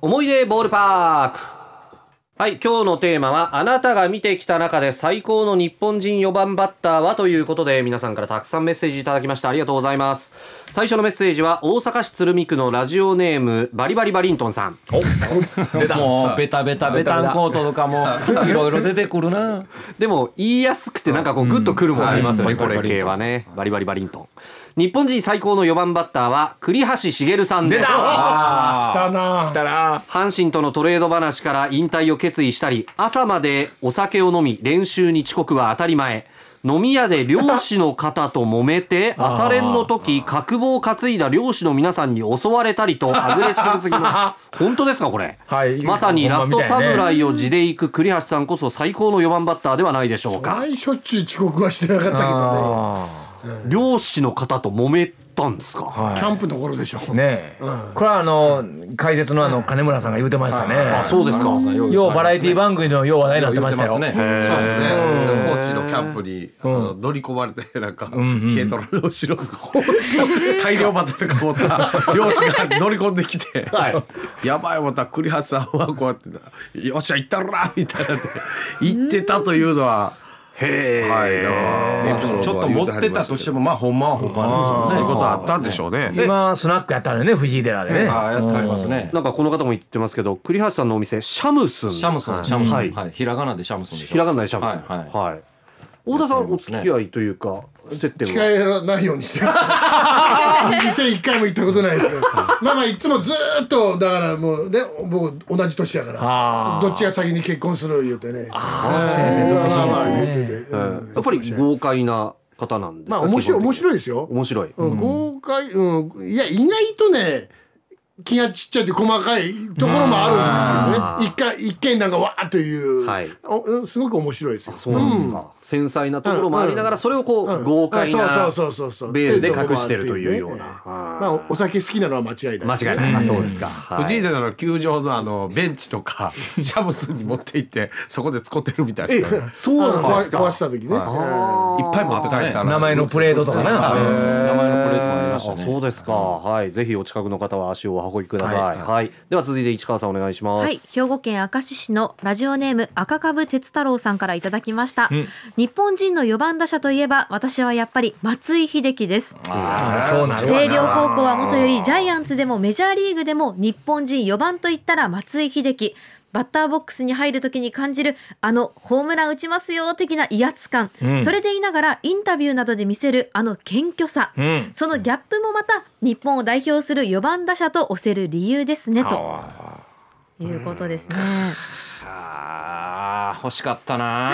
思い出ボールパークはい今日のテーマはあなたが見てきた中で最高の日本人4番バッターはということで皆さんからたくさんメッセージいただきましたありがとうございます最初のメッセージは大阪市鶴見区のラジオネームバリバリバリントンさんもうベタベタベタンコートとかもいろいろ出てくるな。でも言いやすくてなんかこうグッとくるもんありますよね、うんこれ系はねバリバリバリントン日本人最高の4番バッターは栗橋茂さんですあだなあ。だな。阪神とのトレード話から引退を決意したり朝までお酒を飲み練習に遅刻は当たり前飲み屋で漁師の方と揉めて朝練の時角棒を担いだ漁師の皆さんに襲われたりとアグレッシブすぎます本当ですかこれ、はいまさにラストほんまみたいね侍を地で行く栗橋さんこそ最高の4番バッターではないでしょうか前しょっちゅう遅刻はしてなかったけどね漁師の方と揉めたんですか、キャンプの頃でしょねえ、これはあの解説のあの金村さんが言うてましたね、あそうですかようバラエティ番組のよう話題になってましたよ、ね。そうですね。高知のキャンプにあの乗り込まれて なんか軽トラの 後ろに本当大量バタとか持った漁師が乗り込んできてはやばい思ったら栗橋さんはこうやってなよっしゃ行ったろなみたいなって行ってたというのは。へえ、はい、なんか、ちょっと持ってたとしても、もまあほんまはほんまなんでしょうねそういうことあったんでしょうね。今スナックやったのよね藤井寺でね、ああやってありますねなんかこの方も言ってますけど栗橋さんのお店シャムスンシャムソンシャムソンははいい、ひらがなでシャムソンでしょひらがなでシャムスンはいはいはい大田さんお付き合いというか接点は近寄らないようにしてる店一回も行ったことないですねまあまあいつもずーっとだからもうね僕同じ年やからあーどっちが先に結婚する言うてねああまあまあ言ってて、うんやっぱり豪快な方なんですまかあ面白い面い白いですよ、面白いうん、豪快、うん、いや意外とね気がちっちゃいって細かいところもあるんですけどね一回一見なんかわーっという、はいおうんすごく面白いですよそうなんですか繊細なところもありながらそれをこうんう豪快なあそうそうそうそうそうベールで隠してるというようなまあお酒好きなのは間違いない間違いないあそうですかはい藤井寺の球場のあのベンチとかシャムスンに持って行ってそこで使ってるみたいですからねそうなんです壊壊かした時ね、あいーっぱい持って帰ったらしいです名前のプレートとかな、名前のプレートもありましたあねそうですか、はい、ぜひお近くの方は足をお運びください、はいでは続いて市川さんお願いします、はい、兵庫県明石市のラジオネーム赤株哲太郎さんからいただきました、日本人の4番打者といえば私はやっぱり松井秀喜ですあそうなるわ星稜高校はもとよりジャイアンツでもメジャーリーグでも日本人4番といったら松井秀喜バッターボックスに入るときに感じるあのホームラン打ちますよ的な威圧感、それでいながらインタビューなどで見せるあの謙虚さ、んそのギャップもまた日本を代表する4番打者と推せる理由ですねということですね。ああ欲しかったな。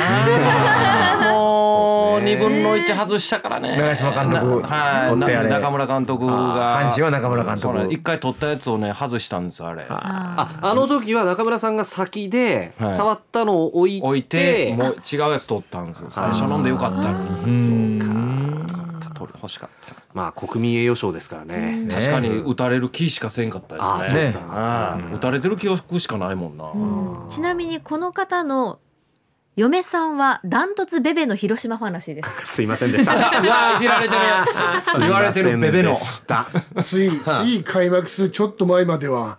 もう二分の一外したからね。長嶋監督なはい。取ってやれな中村監督があー阪神は中村監督そうなんです一回取ったやつをね外したんですあれ。ああの時は中村さんが先ではい触ったのを置いて,、置いてもう違うやつ取ったんですよ。最初飲んでよかったのに。そうか。よかった取り欲しかった。まあ国民栄誉賞ですからね、確かに打たれる気しかせんかったああでそすうね。ですか、うん打たれてる記憶しかないもんな。ちなみにこの方の嫁さんはダントツベベの広島ファンらしいです。 すいませんでした うわーいじられてるやん。言われてるベベの。したついつい開幕するちょっと前までは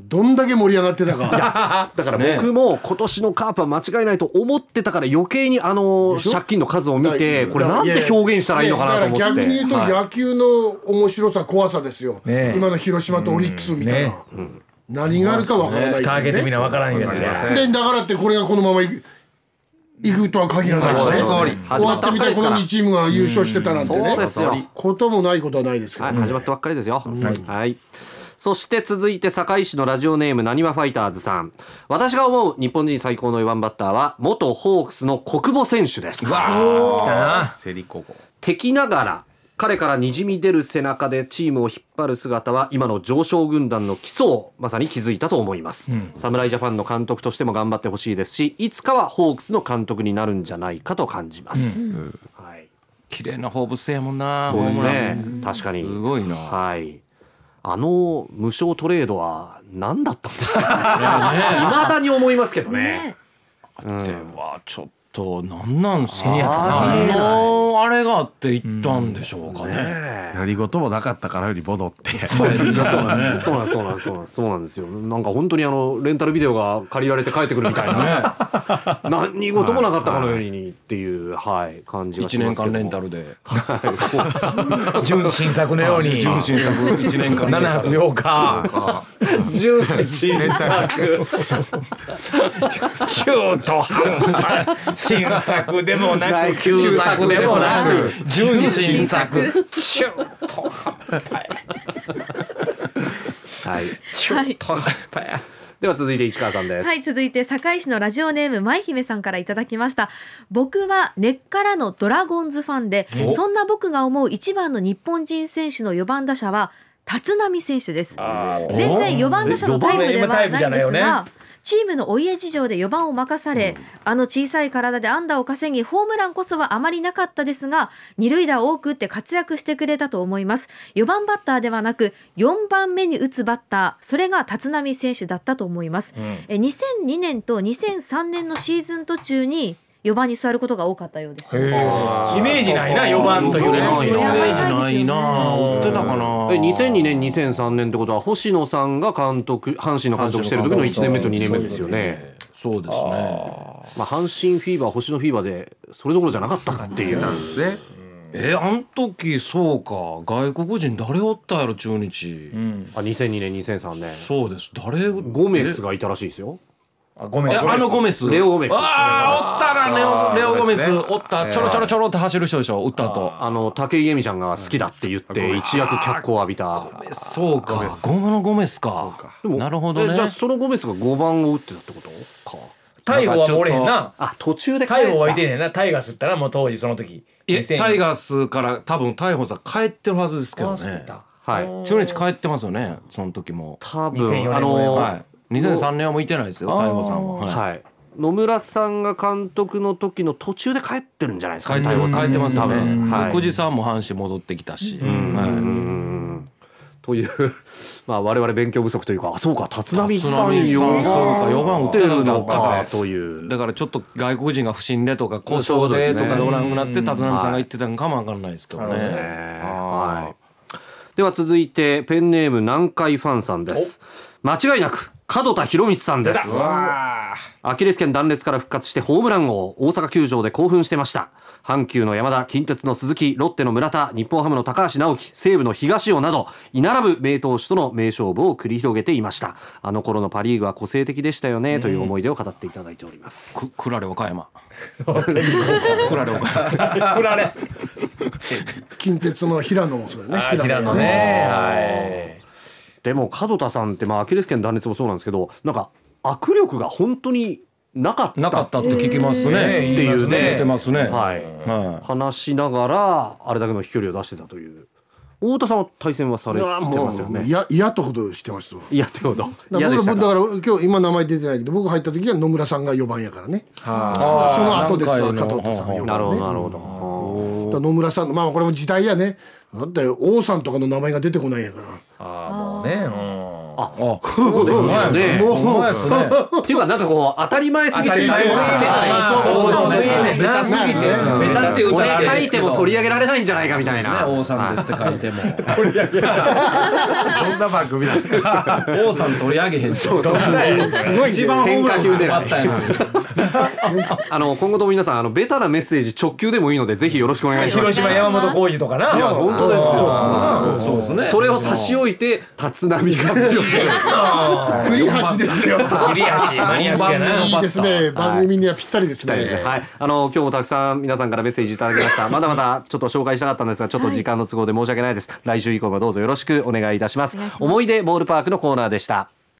どんだけ盛り上がってたかだから僕も今年のカープは間違いないと思ってたから余計にあのしょ借金の数を見てだこれなんいやいてや表現したらいいのかなと思っていやだから逆に言うとはい野球の面白さ怖さですよ、ねえ今の広島とオリックスみたいな、ね何があるかわからないっていうね蓋開けてみなわからんやつやでだからってこれがこのままいくいくとは限らないしそうねですそうです終わってみたいこの2チームが優勝してたなんてそうねですよこともないことはないですかはらい、ね始まったばっかりですよ。はい。そして続いて堺市のラジオネームなにわファイターズさん。私が思う日本人最高の4番バッターは元ホークスの国母選手です。セリ高校敵ながら彼からにじみ出る背中でチームを引っ張る姿は今の上昇軍団の基礎をまさに築いたと思います、侍ジャパンの監督としても頑張ってほしいですしいつかはホークスの監督になるんじゃないかと感じます、はい、綺麗な放物線やもんな。そうですホームラねン確かにすごいな。はい。あの無償トレードは 何だったんですか。いまだに思いますけどね。ではちょっと何なんすかええやつなあのあれがあって行ったんでしょうかね、何事もなかったからより戻ってそうなんですそうなんですそうなんですそうなんですよなんか本当にあのレンタルビデオが借りられて帰ってくるみたいな何事もなかったかのようにっていうはい感じがし1ます年けど間レンタルではいそう純新作のように純真作1年間レン7タ泊ル8日純真作中途半端新作でもなく旧作でもなく純新作中途半はいはい端やでは続いて市川さんですはい、続いて堺市のラジオネーム舞姫さんからいただきました。僕は根っからのドラゴンズファンで、そんな僕が思う一番の日本人選手の4番打者は立浪選手です。全然4番打者のタイプではないえ四番ね今タイんですプじゃないよが。チームのお家事情で4番を任され、あの小さい体で安打を稼ぎホームランこそはあまりなかったですが二塁打を多く打って活躍してくれたと思います4番バッターではなく4番目に打つバッターそれが立浪選手だったと思います、え2002年と2003年のシーズン途中に4番に座ることが多かったようですイメージないな4番というねないなイメージないな追ってたえかな2002年2003年ってことは星野さんが監督阪神の監督してる時の1年目と2年目ですよねそうですねまあ、阪神フィーバー星野フィーバーでそれどころじゃなかったかっていうたんですねえあん時そうか外国人誰おったやろ中日、あ2002年2003年そうです誰ゴメスがいたらしいですよあごめえんあのゴメスレオゴメスああおったなレオレオゴメスあーおったちょろちょろちょろって走る人でしょ打った後あの武井絵美ちゃんが好きだって言って一躍脚光を浴びたそうかゴムのゴメスかでもなるほどえじゃあねそのゴメスが5番を打ってたってことか逮捕は漏れへんなあ途中で逮捕はいてんねんなタイガースったらもう当時その時いや2000タイガースから多分逮捕さ帰ってるはずですけどあそうだねったはい中日帰ってますよねその時も多2004分年あの、ははい2003年はもういてないですよあー逮捕さんは、いはい野村さんが監督の時の途中で帰ってるんじゃないですか帰って太ま郎すさん帰ってますよ多分ねはい福地さんも阪神戻ってきたし、うんはういんという まあ我々勉強不足というかあそうか立浪立浪ささんんよそうか四番打てるののかかというだからちょっと外国人が不審でとか交渉でとかでおらんくなって立浪さんが言ってたんかもわかんないですけどはいね。はい、では続いてペンネーム南海ファンさんです間違いなく門田博光さんですアキレス腱断裂から復活してホームラン王大阪球場で興奮してました阪急の山田近鉄の鈴木ロッテの村田日本ハムの高橋直樹西武の東尾など居並ぶ名投手との名勝負を繰り広げていましたあの頃のパ・リーグは個性的でしたよねという思い出を語っていただいております、くくられ岡山。振られ近鉄の平野もそうだあね平野ねはいでも門田さんってまあアキレス腱断裂もそうなんですけどなんか握力が本当になかったなかったって聞きますねね。えっていうね。言いまますねははい、い。は話しながらあれだけの飛距離を出してたという太田さんは対戦はされてもますようね嫌嫌とほどしてましたわいやってことだ嫌かでらした僕だかから今日今名前出てないけど僕入った時は野村さんが4番やからねはその後ですわ何回加の藤さんが4なるほど番ねなるほど、だから野村さんのまあこれも時代やねだって王さんとかの名前が出てこないんやからあねうんい。あ、そうですよね。もうほんまですね。っていうかなんかこう当たり前すぎて当たり前すぎてあーそうそうですねベタすぎてうんベタっていうこ歌れがあるん書いですけてども取り上げられないんじゃないかみたいね、な王さんですって書いても。どんな番組なんですか王さん取り上げへん。そうそう。すごい一番変化球であったやん。あの今後とも皆さんあのベタなメッセージ直球でもいいのでぜひよろしくお願いしま広す。島山本浩二とかないや本当ですよ。そうですね。それを差し置いて立浪和義。栗橋です よ切り足マニアックやないいですね番組にはぴったりですねはい、あの今日もたくさん皆さんからメッセージいただきました。まだまだちょっと紹介したかったんですが、ちょっと時間の都合で申し訳ないです。来週以降もどうぞよろしくお願いいたします。お願いします思い出ボールパークのコーナーでした。